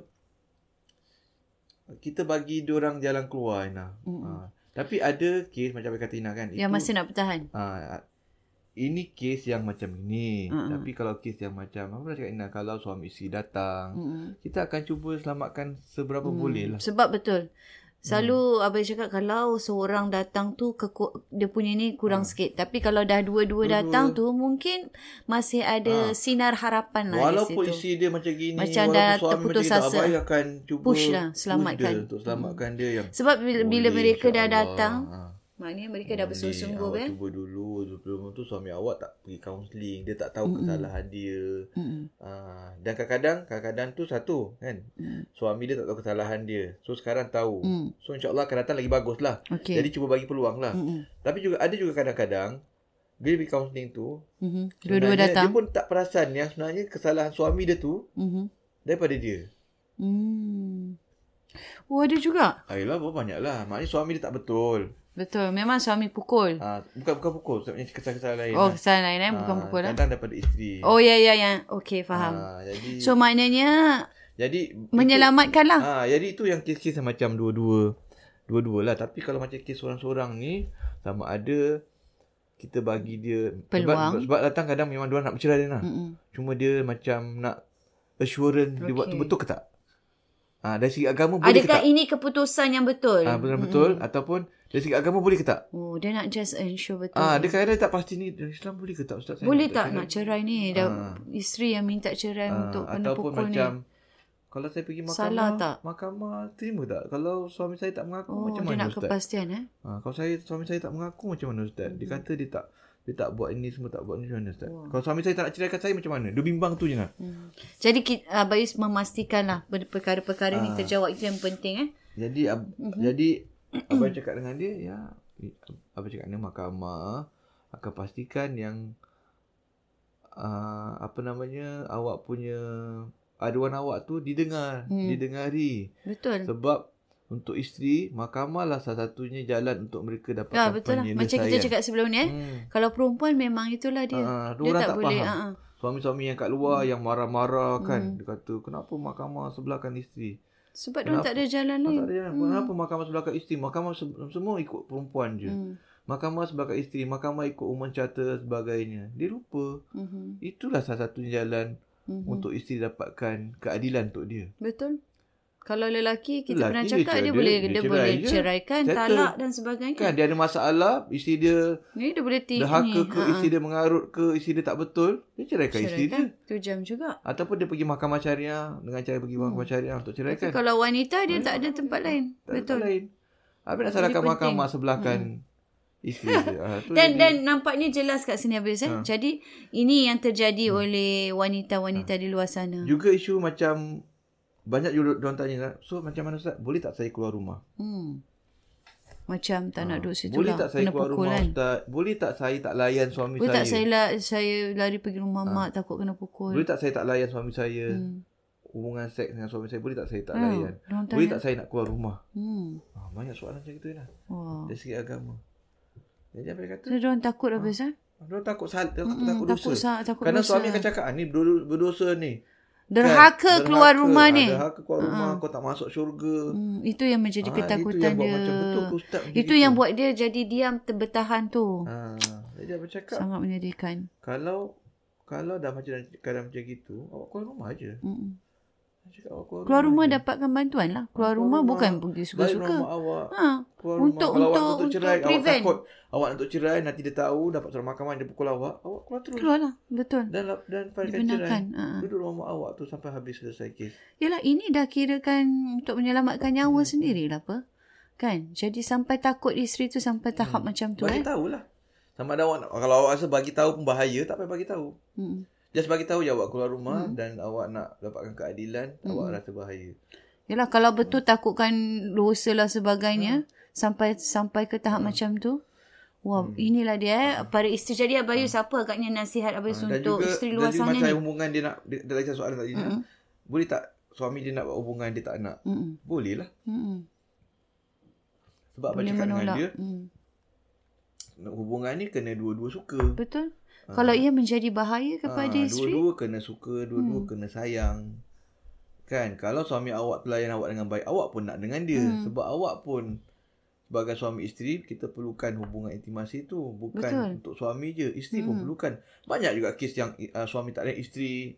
Speaker 1: kita bagi orang jalan keluar Ina.
Speaker 2: Mm-mm. Ya,
Speaker 1: Ah, tapi ada kes macam kata Ina kan.
Speaker 2: Yang masih nak bertahan.
Speaker 1: ah, ini kes yang macam ini.
Speaker 2: Mm-mm.
Speaker 1: Tapi kalau kes yang macam apa nak cakap Ina kalau suami isteri datang,
Speaker 2: Mm-mm.
Speaker 1: kita akan cuba selamatkan seberapa Ah.
Speaker 2: Mm.
Speaker 1: boleh lah.
Speaker 2: Sebab betul. Selalu hmm. abang cakap kalau seorang datang tu keku- dia punya ni kurang sikit. Tapi kalau dah dua-dua
Speaker 1: Ah. Dua-dua.
Speaker 2: datang tu mungkin masih ada
Speaker 1: Ah.
Speaker 2: sinar harapan lah
Speaker 1: Walaupun
Speaker 2: di situ.
Speaker 1: isteri dia macam gini,
Speaker 2: Macam
Speaker 1: walaupun
Speaker 2: dah
Speaker 1: suami
Speaker 2: terputus
Speaker 1: macam
Speaker 2: asa.
Speaker 1: gitu, abang akan cuba
Speaker 2: Push lah,
Speaker 1: push dia
Speaker 2: selamatkan.
Speaker 1: untuk selamatkan dia yang
Speaker 2: Sebab bila, bila
Speaker 1: boleh,
Speaker 2: mereka dah
Speaker 1: insyaAllah.
Speaker 2: datang,
Speaker 1: Ah.
Speaker 2: maknanya mereka dah
Speaker 1: Boleh.
Speaker 2: bersungguh-sungguh
Speaker 1: Awak
Speaker 2: kan?
Speaker 1: cuba dulu sebelum tu suami awak tak pergi kaunseling, dia tak tahu kesalahan dia.
Speaker 2: Mm-mm.
Speaker 1: Ah, dan kadang-kadang kadang-kadang tu satu kan. Suami dia tak tahu kesalahan dia. So sekarang tahu.
Speaker 2: Mm.
Speaker 1: So insya-Allah akan datang lagi bagus lah.
Speaker 2: Okay. Mm.
Speaker 1: Jadi cuba bagi peluang lah.
Speaker 2: Mm-mm.
Speaker 1: Tapi juga ada juga kadang-kadang Bila pergi counselling tu
Speaker 2: Mm-hmm. Dua-dua
Speaker 1: sebenarnya
Speaker 2: datang.
Speaker 1: Dia pun tak perasan Yang sebenarnya kesalahan suami dia tu
Speaker 2: Mm-hmm.
Speaker 1: Daripada dia
Speaker 2: Hmm. Oh, ada juga.
Speaker 1: Ayolah banyak lah Maknanya suami dia tak betul
Speaker 2: Betul. Memang suami pukul.
Speaker 1: ha, Bukan bukan pukul Sebabnya kesalahan lain
Speaker 2: Mm. Oh,
Speaker 1: lah.
Speaker 2: kesalahan lain eh? Bukan
Speaker 1: Ah,
Speaker 2: pukul lah.
Speaker 1: Kadang daripada isteri
Speaker 2: Oh, ya, ya, ya. Okey, faham.
Speaker 1: Ah, jadi
Speaker 2: So, maknanya
Speaker 1: jadi
Speaker 2: menyelamatkan lah.
Speaker 1: Ah, jadi itu yang kes-kes yang macam dua-dua. Dua-dua lah. Tapi kalau macam kes seorang-seorang ni, sama ada kita bagi dia
Speaker 2: Peluang. Hmm.
Speaker 1: Sebab, sebab datang kadang memang dia nak bercerai dia lah. Mm.
Speaker 2: Mm-mm.
Speaker 1: Cuma dia macam nak assurance okay. dia buat tu
Speaker 2: Okay.
Speaker 1: betul ke tak? Ah, dari segi agama boleh ke
Speaker 2: Adakah
Speaker 1: tak?
Speaker 2: ini Hmm. keputusan yang betul?
Speaker 1: Ah, betul betul ataupun dari segi agama boleh ke tak?
Speaker 2: Oh, dia nak just ensure betul.
Speaker 1: Ah, dia kadang tak pasti ni dari Islam boleh ke tak ustaz? Saya
Speaker 2: Hmm. Boleh tak
Speaker 1: sure.
Speaker 2: nak cerai ni? Dah
Speaker 1: Ah.
Speaker 2: isteri yang minta cerai
Speaker 1: Ah,
Speaker 2: untuk kena
Speaker 1: ataupun
Speaker 2: pukul
Speaker 1: macam
Speaker 2: ni.
Speaker 1: kalau saya pergi mahkamah,
Speaker 2: Salah tak?
Speaker 1: mahkamah terima tak? Kalau suami saya tak mengaku
Speaker 2: Oh,
Speaker 1: macam
Speaker 2: dia
Speaker 1: mana
Speaker 2: nak
Speaker 1: ustaz?
Speaker 2: kepastian eh.
Speaker 1: Ha, kalau saya suami saya tak mengaku macam mana ustaz? Dia kata dia tak dia tak buat ini semua tak buat ni macam mana ustaz?
Speaker 2: Hmm. Wah.
Speaker 1: Kalau suami saya tak nak ceraikan saya macam mana? Dia bimbang tu je kan? nak.
Speaker 2: Hmm. Jadi ki- ah, Bayus memastikan lah benda- perkara-perkara ni
Speaker 1: Ah.
Speaker 2: terjawab itu yang penting eh.
Speaker 1: Jadi ab,
Speaker 2: Mhm.
Speaker 1: jadi abang cakap dengan dia ya i- abang cakap dengan mahkamah akan pastikan yang uh, apa namanya awak punya aduan awak tu didengar,
Speaker 2: Hmm.
Speaker 1: didengari.
Speaker 2: Betul.
Speaker 1: Sebab untuk isteri mahkamah lah salah satunya jalan untuk mereka dapatkan
Speaker 2: Ya, betul lah. Macam kita cakap sebelum ni eh.
Speaker 1: Hmm.
Speaker 2: Kalau perempuan memang itulah dia.
Speaker 1: Ah,
Speaker 2: dia
Speaker 1: orang
Speaker 2: tak, boleh.
Speaker 1: faham.
Speaker 2: ah, ah.
Speaker 1: Suami-suami yang kat luar yang marah-marah kan.
Speaker 2: Hmm.
Speaker 1: Dia kata, kenapa mahkamah sebelahkan isteri?
Speaker 2: Sebab dia tak ada jalan
Speaker 1: Hmm.
Speaker 2: lain.
Speaker 1: Tak ada jalan. Kenapa mahkamah sebelahkan isteri? Mahkamah se- semua ikut perempuan je.
Speaker 2: Hmm.
Speaker 1: Mahkamah sebelahkan isteri, mahkamah ikut woman charter sebagainya. Dia lupa.
Speaker 2: Mhm.
Speaker 1: Itulah salah satu jalan
Speaker 2: Mhm.
Speaker 1: untuk isteri dapatkan keadilan untuk dia.
Speaker 2: Betul. Kalau lelaki kita
Speaker 1: Lelaki
Speaker 2: pernah
Speaker 1: dia
Speaker 2: cakap dia,
Speaker 1: cerai-
Speaker 2: boleh
Speaker 1: dia
Speaker 2: dia,
Speaker 1: cerai
Speaker 2: boleh
Speaker 1: je.
Speaker 2: ceraikan,
Speaker 1: Settle.
Speaker 2: talak dan sebagainya.
Speaker 1: Kan dia ada masalah, isteri dia
Speaker 2: Ni dia boleh ti-
Speaker 1: dahaka ke,
Speaker 2: ha, ha.
Speaker 1: isteri dia mengarut ke, isteri dia tak betul, dia ceraikan isteri dia.
Speaker 2: Ceraikan. Tu jam juga.
Speaker 1: Ataupun dia pergi mahkamah syariah dengan cara pergi mahkamah syariah untuk ceraikan.
Speaker 2: Hmm. Tapi kalau wanita dia tak ada tempat lain.
Speaker 1: Tak
Speaker 2: Betul.
Speaker 1: Betul. lain. Habis nak
Speaker 2: Jadi
Speaker 1: salahkan
Speaker 2: penting. Hmm.
Speaker 1: mahkamah sebelahkan isteri dia. Ha, tu
Speaker 2: Dan
Speaker 1: jadi-
Speaker 2: dan nampaknya jelas kat sini habis eh.
Speaker 1: Ha. Hmm.
Speaker 2: Jadi ini yang terjadi oleh
Speaker 1: Ha.
Speaker 2: wanita-wanita di luar sana.
Speaker 1: juga isu macam banyak juga orang tanya lah, so macam mana Ustaz? Boleh tak saya keluar rumah?
Speaker 2: Hmm. Macam tak nak duduk situ
Speaker 1: Ha. Boleh
Speaker 2: lah.
Speaker 1: tak saya
Speaker 2: Kena
Speaker 1: keluar
Speaker 2: pukul
Speaker 1: rumah
Speaker 2: kan.
Speaker 1: Ustaz? Boleh tak saya tak layan suami
Speaker 2: Boleh
Speaker 1: saya? Ha.
Speaker 2: tak saya, la- saya lari pergi rumah mak takut kena pukul.
Speaker 1: Boleh tak saya tak layan suami saya?
Speaker 2: Hmm.
Speaker 1: Hubungan seks dengan suami saya boleh tak saya tak
Speaker 2: Ah,
Speaker 1: layan?
Speaker 2: orang
Speaker 1: Boleh
Speaker 2: tanya.
Speaker 1: tak saya nak keluar rumah?
Speaker 2: Hmm.
Speaker 1: Ha, banyak soalan macam itu lah.
Speaker 2: Wah.
Speaker 1: Dari segi agama. Jadi apa dia kata?
Speaker 2: So, diorang takut habis eh?
Speaker 1: Dia takut salah, Ha. takut,
Speaker 2: Mm-mm,
Speaker 1: takut dosa.
Speaker 2: Hmm, takut sa- takut
Speaker 1: Kerana
Speaker 2: dosa.
Speaker 1: suami akan cakap, ah, ni berdosa, berdosa ni. Kan?
Speaker 2: Derhaka keluar rumah ni.
Speaker 1: Derhaka keluar rumah, kau tak masuk syurga.
Speaker 2: Hmm, itu yang menjadi
Speaker 1: Ah,
Speaker 2: ketakutan
Speaker 1: itu yang buat
Speaker 2: dia.
Speaker 1: macam betul ke ustaz
Speaker 2: itu
Speaker 1: macam gitu?
Speaker 2: yang buat dia jadi diam ter- bertahan tu.
Speaker 1: ha, jadi abang cakap
Speaker 2: Sangat menyedihkan.
Speaker 1: kalau kalau dah macam keadaan macam gitu awak keluar rumah aje
Speaker 2: Mm-mm.
Speaker 1: Abang cakap awak keluar,
Speaker 2: Keluar rumah
Speaker 1: je.
Speaker 2: dapatkan bantuan lah. Keluar
Speaker 1: Keluar
Speaker 2: rumah
Speaker 1: rumah.
Speaker 2: bukan pergi
Speaker 1: Balik Oh, rumah
Speaker 2: suka-suka.
Speaker 1: awak
Speaker 2: Ha.
Speaker 1: keluar
Speaker 2: Untuk-
Speaker 1: rumah. Kalau awak
Speaker 2: untuk-
Speaker 1: nak
Speaker 2: untuk
Speaker 1: cerai awak
Speaker 2: prevent.
Speaker 1: takut awak nak untuk cerai nanti dia tahu dapat surat mahkamah dia pukul awak awak keluar terus
Speaker 2: Keluar lah. Betul.
Speaker 1: dan lap- dan failkan cerai
Speaker 2: Dibenarkan. Ha.
Speaker 1: duduk rumah awak tu sampai habis selesai kes
Speaker 2: Yalah ini dah kirakan untuk menyelamatkan
Speaker 1: Hmm.
Speaker 2: nyawa sendiri lah apa. Kan? Jadi sampai takut isteri tu sampai
Speaker 1: Hmm.
Speaker 2: tahap macam tu
Speaker 1: bagi
Speaker 2: eh.
Speaker 1: tahulah sama ada awak nak, kalau awak rasa bagi tahu pun bahaya tak payah bagi tahu
Speaker 2: Mm.
Speaker 1: Just bagi tahu je awak keluar rumah
Speaker 2: Hmm.
Speaker 1: hmm. dan awak nak dapatkan keadilan,
Speaker 2: Hmm.
Speaker 1: hmm. awak rasa bahaya.
Speaker 2: Yalah kalau betul takutkan dosa lah
Speaker 1: Hmm.
Speaker 2: sebagainya sampai sampai ke tahap macam tu. Wah,
Speaker 1: Hmm.
Speaker 2: inilah dia eh. Para isteri jadi Abayus apa agaknya nasihat Abayus
Speaker 1: Ah,
Speaker 2: untuk isteri luar
Speaker 1: dan juga
Speaker 2: sana
Speaker 1: macam
Speaker 2: ni? Hmm.
Speaker 1: hubungan dia nak dia, dia lagi soalan tadi.
Speaker 2: Mm-mm.
Speaker 1: Mm-hmm. Boleh tak suami dia nak buat hubungan dia tak nak?
Speaker 2: Mm-mm.
Speaker 1: Boleh lah.
Speaker 2: Mm-mm.
Speaker 1: Sebab apa
Speaker 2: hmm. Boleh
Speaker 1: cakap dengan dia,
Speaker 2: menolak. Mm.
Speaker 1: hubungan ni kena dua-dua suka.
Speaker 2: Betul?
Speaker 1: Ah.
Speaker 2: Kalau ia menjadi bahaya kepada
Speaker 1: Ah,
Speaker 2: isteri,
Speaker 1: Dua-dua kena suka, dua-dua
Speaker 2: Hmm.
Speaker 1: kena sayang. Kan? Kalau suami awak telayan awak dengan baik, awak pun nak dengan dia.
Speaker 2: Hmm.
Speaker 1: Sebab awak pun sebagai suami isteri, kita perlukan hubungan intimasi tu. Bukan
Speaker 2: Betul.
Speaker 1: untuk suami je. Isteri pun
Speaker 2: Hmm.
Speaker 1: perlukan. Banyak juga kes yang uh, suami tak layan isteri,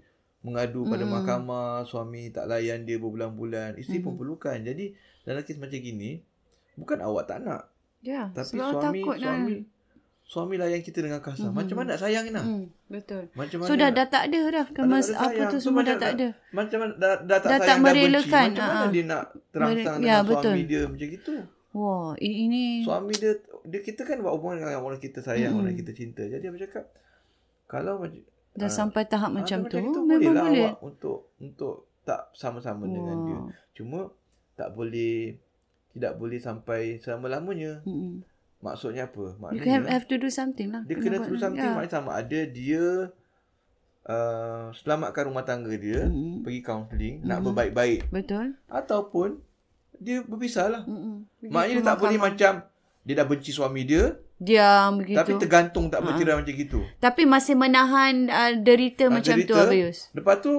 Speaker 1: mengadu pada
Speaker 2: Mm-mm.
Speaker 1: mahkamah, suami tak layan dia berbulan-bulan. Isteri pun
Speaker 2: Mhm.
Speaker 1: perlukan. Jadi, dalam kes macam gini, bukan awak tak nak.
Speaker 2: ya,
Speaker 1: Tapi
Speaker 2: sebab orang
Speaker 1: suami,
Speaker 2: takut
Speaker 1: suami, suami layan kita dengan kasar.
Speaker 2: Mhm.
Speaker 1: Macam mana nak sayang ni
Speaker 2: dah.
Speaker 1: nak?
Speaker 2: Mm, betul.
Speaker 1: Macam mana
Speaker 2: So dah,
Speaker 1: nak-
Speaker 2: dah tak ada dah
Speaker 1: tak
Speaker 2: kemas
Speaker 1: ada
Speaker 2: apa
Speaker 1: sayang.
Speaker 2: tu
Speaker 1: So,
Speaker 2: semua dah
Speaker 1: macam
Speaker 2: tak
Speaker 1: tak-
Speaker 2: ada.
Speaker 1: macam mana dah, dah tak
Speaker 2: Dah tak
Speaker 1: sayang dah benci
Speaker 2: merelakan,
Speaker 1: macam mana
Speaker 2: ah.
Speaker 1: dia nak terangsang
Speaker 2: Mere-
Speaker 1: dengan
Speaker 2: ya,
Speaker 1: suami
Speaker 2: betul.
Speaker 1: dia macam gitu
Speaker 2: Wah, i- ini
Speaker 1: suami dia, dia kita kan buat hubungan dengan orang kita sayang
Speaker 2: Mm-mm.
Speaker 1: orang kita cinta jadi apa cakap kalau macam
Speaker 2: dah
Speaker 1: ah,
Speaker 2: sampai tahap
Speaker 1: ah,
Speaker 2: macam tu,
Speaker 1: gitu,
Speaker 2: memang
Speaker 1: lah
Speaker 2: boleh.
Speaker 1: awak untuk untuk tak sama-sama dengan dia
Speaker 2: Wah.
Speaker 1: cuma tak boleh tidak boleh sampai selama-lamanya
Speaker 2: Mm-mm.
Speaker 1: Maksudnya apa?
Speaker 2: You can
Speaker 1: Maknanya
Speaker 2: have to do something lah.
Speaker 1: dia kena
Speaker 2: buat
Speaker 1: terus
Speaker 2: lah.
Speaker 1: something yeah. maknanya sama ada dia uh, selamatkan rumah tangga dia,
Speaker 3: Mm.
Speaker 2: Hmm.
Speaker 1: pergi counselling, nak berbaik-baik
Speaker 2: Betul.
Speaker 1: ataupun dia berpisah lah.
Speaker 2: Mm-mm.
Speaker 1: Maknanya dia
Speaker 2: Begitu
Speaker 1: tak boleh
Speaker 2: mahkamah.
Speaker 1: macam dia dah benci suami dia
Speaker 2: Diam begitu.
Speaker 1: gitu. tapi tergantung tak bercerai
Speaker 2: Ha.
Speaker 1: macam gitu.
Speaker 2: Tapi masih menahan uh, derita
Speaker 1: Ah,
Speaker 2: macam tu
Speaker 1: derita.
Speaker 2: Abayus.
Speaker 1: Lepas tu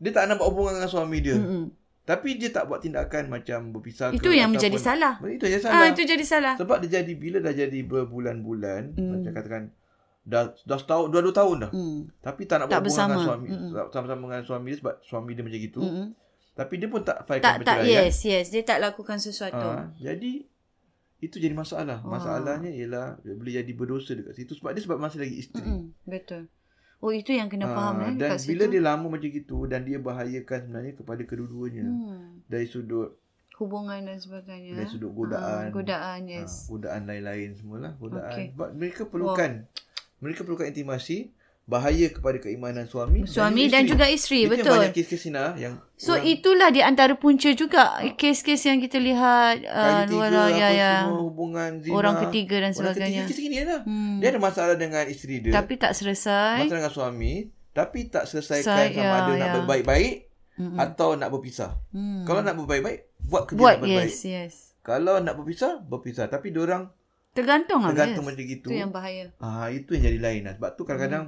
Speaker 1: dia tak nak buat hubungan dengan suami dia. Hmm.
Speaker 2: Mm-mm.
Speaker 1: Tapi dia tak buat tindakan macam berpisah
Speaker 2: Itu yang menjadi
Speaker 1: ataupun-
Speaker 2: salah.
Speaker 1: Itu yang salah.
Speaker 2: Ah itu jadi salah.
Speaker 1: Sebab dia jadi bila dah jadi berbulan-bulan
Speaker 2: Hmm.
Speaker 1: macam katakan dah dah setahun dua dua tahun dah.
Speaker 2: Mm.
Speaker 1: Tapi tak nak
Speaker 2: Tak
Speaker 1: buat hubungan dengan
Speaker 2: bersama.
Speaker 1: suami
Speaker 2: Mm-mm.
Speaker 1: tak sama-sama dengan suami dia sebab suami dia macam gitu.
Speaker 2: Mm-mm.
Speaker 1: Tapi dia kan? pun tak failkan
Speaker 2: Tak tak yes yes dia tak lakukan sesuatu.
Speaker 1: Ha, jadi itu jadi
Speaker 2: Ah.
Speaker 1: masalah. Masalahnya ialah dia boleh jadi berdosa dekat situ sebab dia sebab masih lagi isteri.
Speaker 2: Mm-mm. Betul. Oh itu yang kena
Speaker 1: Ah,
Speaker 2: faham eh
Speaker 1: dan
Speaker 2: kat
Speaker 1: bila
Speaker 2: situ.
Speaker 1: dia lama macam gitu dan dia bahayakan sebenarnya kepada kedua-duanya
Speaker 2: Hmm.
Speaker 1: dari sudut
Speaker 2: hubungan dan sebagainya.
Speaker 1: dari sudut
Speaker 2: Ah,
Speaker 1: godaan,
Speaker 2: godaan
Speaker 1: ah,
Speaker 2: yes.
Speaker 1: godaan lain-lain semualah, godaan.
Speaker 2: Okey.
Speaker 1: Sebab mereka perlukan mereka perlukan intimasi bahaya kepada keimanan suami
Speaker 2: Suami dan juga isteri
Speaker 1: isteri. Itu yang
Speaker 2: betul.
Speaker 1: Banyak kes-kes Sina yang
Speaker 2: So
Speaker 1: orang
Speaker 2: itulah di antara punca juga eh, kes-kes yang kita lihat uh,
Speaker 1: kali tiga
Speaker 2: luar
Speaker 1: apa
Speaker 2: ya ya
Speaker 1: semua hubungan zina.
Speaker 2: orang ketiga dan sebagainya.
Speaker 1: Orang ketiga kes gini lah.
Speaker 2: Hmm.
Speaker 1: Dia ada masalah dengan isteri dia.
Speaker 2: Tapi tak selesai.
Speaker 1: masalah dengan suami tapi tak selesaikan
Speaker 2: Saya-
Speaker 1: sama ada
Speaker 2: ya,
Speaker 1: nak
Speaker 2: ya.
Speaker 1: berbaik-baik
Speaker 2: Mm-mm.
Speaker 1: atau nak berpisah.
Speaker 2: Hmm.
Speaker 1: Kalau nak berbaik-baik buat kerja
Speaker 2: buat
Speaker 1: nak berbaik.
Speaker 2: yes yes.
Speaker 1: Kalau nak berpisah berpisah tapi diorang
Speaker 2: Tergantung lah.
Speaker 1: tergantung
Speaker 2: yes.
Speaker 1: macam gitu.
Speaker 2: Itu yang bahaya.
Speaker 1: Ah itu yang jadi lain lah. Sebab tu kadang-kadang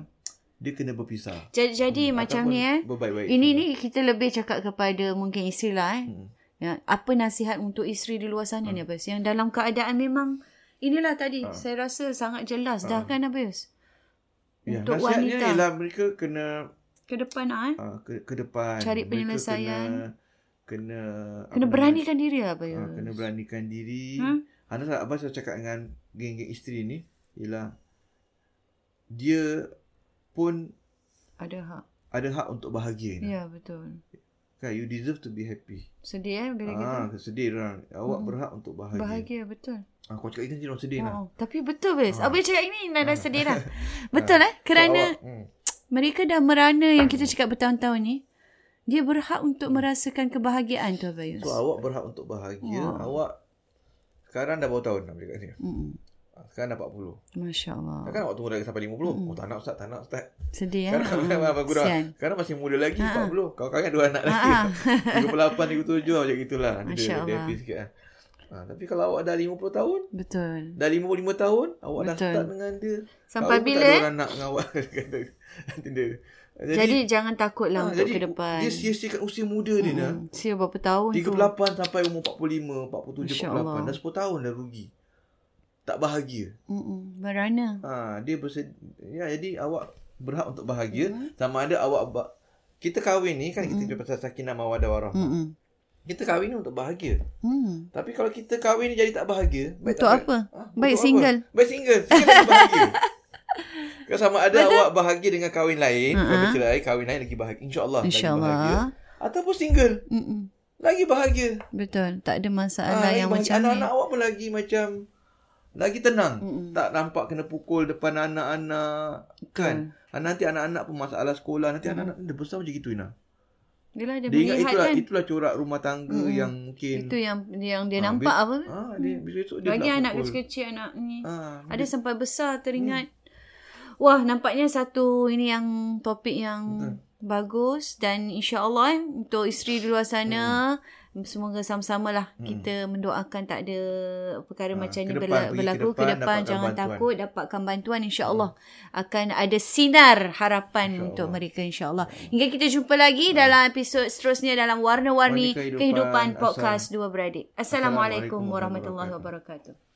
Speaker 1: dia kena berpisah.
Speaker 2: Jadi, jadi
Speaker 1: Hmm,
Speaker 2: macam
Speaker 1: ataupun
Speaker 2: ni eh.
Speaker 1: Berbaik-baik.
Speaker 2: Ini ni kita lebih cakap kepada mungkin isteri lah eh.
Speaker 1: Hmm.
Speaker 2: Ya, apa nasihat untuk isteri di luar sana ni Abis? Yang dalam keadaan memang inilah tadi.
Speaker 1: Ah.
Speaker 2: Saya rasa sangat jelas dah kan Abis?
Speaker 1: Ya,
Speaker 2: untuk
Speaker 1: nasihatnya
Speaker 2: wanita.
Speaker 1: ialah mereka kena
Speaker 2: Ke depan lah eh.
Speaker 1: ah, ke, ke depan.
Speaker 2: Cari
Speaker 1: Mereka
Speaker 2: penyelesaian.
Speaker 1: Kena kena,
Speaker 2: Kena beranikan diri lah Abis.
Speaker 1: Ha, Ah, kena beranikan diri.
Speaker 2: Hmm?
Speaker 1: Hmm? Anas Abang saya cakap dengan geng-geng isteri ni ialah dia pun
Speaker 2: Ada hak.
Speaker 1: ada hak untuk bahagia. Yeah.
Speaker 2: Ya betul.
Speaker 1: Kan you deserve to be happy.
Speaker 2: Sedih eh bila kita
Speaker 1: Ah, ha, sedih orang. Awak hmm. berhak untuk bahagia. bahagia.
Speaker 2: bahagia betul.
Speaker 1: Ha, kau cakap itu nanti orang sedih lah. Ah.
Speaker 2: Oh, tapi betul Abis. Abis cakap ini dah, dah sedih dah. betul eh. Kerana
Speaker 1: Awak, hmm.
Speaker 2: mereka dah merana yang kita cakap bertahun-tahun ni, dia berhak untuk merasakan kebahagiaan tu Abayus.
Speaker 1: So awak berhak untuk bahagia.
Speaker 2: Oh.
Speaker 1: Awak sekarang dah berapa tahun nak cakap ni?
Speaker 2: Mm-mm.
Speaker 1: Ah, Sekarang dah 40.
Speaker 2: Masya Allah.
Speaker 1: Takkan awak tunggu lagi sampai 50? Oh tak nak ustaz, tak nak ustaz.
Speaker 2: Sedih kan?
Speaker 1: Sekarang memang abang kurang. Sekarang masih muda lagi ha. 40. Kau kakak dua anak lagi.
Speaker 2: Ha.
Speaker 1: 38 37 macam gitulah. Nanti
Speaker 2: Masya
Speaker 1: dia, dia
Speaker 2: Allah.
Speaker 1: happy sikit lah. Ha, tapi kalau awak dah 50 tahun,
Speaker 2: Betul.
Speaker 1: dah 55 tahun, awak Betul. dah
Speaker 2: Betul.
Speaker 1: start dengan dia.
Speaker 2: Sampai
Speaker 1: Kau pun
Speaker 2: bila?
Speaker 1: Tak ada
Speaker 2: eh?
Speaker 1: orang nak dengan awak. Nanti dia.
Speaker 2: Jadi, jangan takutlah
Speaker 1: ah,
Speaker 2: untuk ke depan.
Speaker 1: Dia ah. sia-siakan usia muda dia dah.
Speaker 2: Hmm, Sia berapa tahun tu.
Speaker 1: 38 sampai umur 45, 47,
Speaker 2: Masya
Speaker 1: 48.
Speaker 2: Allah.
Speaker 1: Dah 10 tahun dah rugi. Tak bahagia.
Speaker 2: Mm-mm, Merana.
Speaker 1: Ha, dia bersed... ya, jadi awak berhak untuk bahagia.
Speaker 2: Hmm.
Speaker 1: Sama ada awak... Ba- kita kahwin ni kan kita cakap pasal sakinah mawadah warahmah.
Speaker 2: Mm-mm.
Speaker 1: Kita kahwin ni untuk bahagia.
Speaker 2: Mm.
Speaker 1: Tapi kalau kita kahwin ni jadi tak bahagia, baik
Speaker 2: Untuk
Speaker 1: tak
Speaker 2: apa?
Speaker 1: Ha,
Speaker 2: Baik
Speaker 1: untuk
Speaker 2: single.
Speaker 1: Apa? Baik single. Single lagi bahagia. Kalau sama ada Betul? awak bahagia dengan kahwin lain, uh-huh. kalau
Speaker 2: Ha-ha.
Speaker 1: bercerai, kahwin lain lagi bahagia. InsyaAllah. lagi bahagia.
Speaker 2: InsyaAllah.
Speaker 1: Ataupun single,
Speaker 2: Mm-mm.
Speaker 1: lagi bahagia.
Speaker 2: Betul. Tak ada
Speaker 1: Ah,
Speaker 2: masalah
Speaker 1: lagi
Speaker 2: yang
Speaker 1: bahagia.
Speaker 2: macam ni.
Speaker 1: Anak-anak awak pun lagi macam, lagi tenang.
Speaker 2: Mm-mm.
Speaker 1: Tak nampak kena pukul depan anak-anak. Kan? Ah, Nanti anak-anak pun masalah sekolah. Nanti anak-anak dia besar macam gitu, Ina.
Speaker 2: Yelah dia,
Speaker 1: Dia, ingat
Speaker 2: melihat
Speaker 1: itulah,
Speaker 2: kan.
Speaker 1: itulah corak rumah tangga
Speaker 2: Mm-mm.
Speaker 1: yang mungkin.
Speaker 2: Itu yang yang dia
Speaker 1: Ah,
Speaker 2: nampak
Speaker 1: bil-
Speaker 2: apa.
Speaker 1: Ah, dia, besok dia
Speaker 2: Bagi
Speaker 1: pula
Speaker 2: anak
Speaker 1: pukul.
Speaker 2: kecil-kecil anak ni.
Speaker 1: Ah,
Speaker 2: Ada sampai besar teringat. Hmm. Wah, nampaknya satu ini yang topik yang bagus dan insya-Allah eh, untuk isteri di luar sana hmm. semoga sama-samalah hmm. kita mendoakan tak ada perkara
Speaker 1: Ha,
Speaker 2: ha, macam
Speaker 1: ke
Speaker 2: ni
Speaker 1: depan,
Speaker 2: berla-
Speaker 1: pergi ke
Speaker 2: berlaku ke
Speaker 1: depan,
Speaker 2: depan
Speaker 1: dapatkan
Speaker 2: jangan
Speaker 1: bantuan. Hmm.
Speaker 2: takut dapatkan bantuan insya-Allah akan ada sinar harapan
Speaker 1: InsyaAllah.
Speaker 2: untuk mereka insya-Allah. Hingga kita jumpa lagi dalam episod seterusnya dalam warna-warni
Speaker 1: Warni
Speaker 2: kehidupan,
Speaker 1: Kehidupan,
Speaker 2: podcast dua beradik. Assalamualaikum
Speaker 1: Assalamualaikum
Speaker 2: warahmatullahi
Speaker 1: warahmatullahi
Speaker 2: wabarakatuh.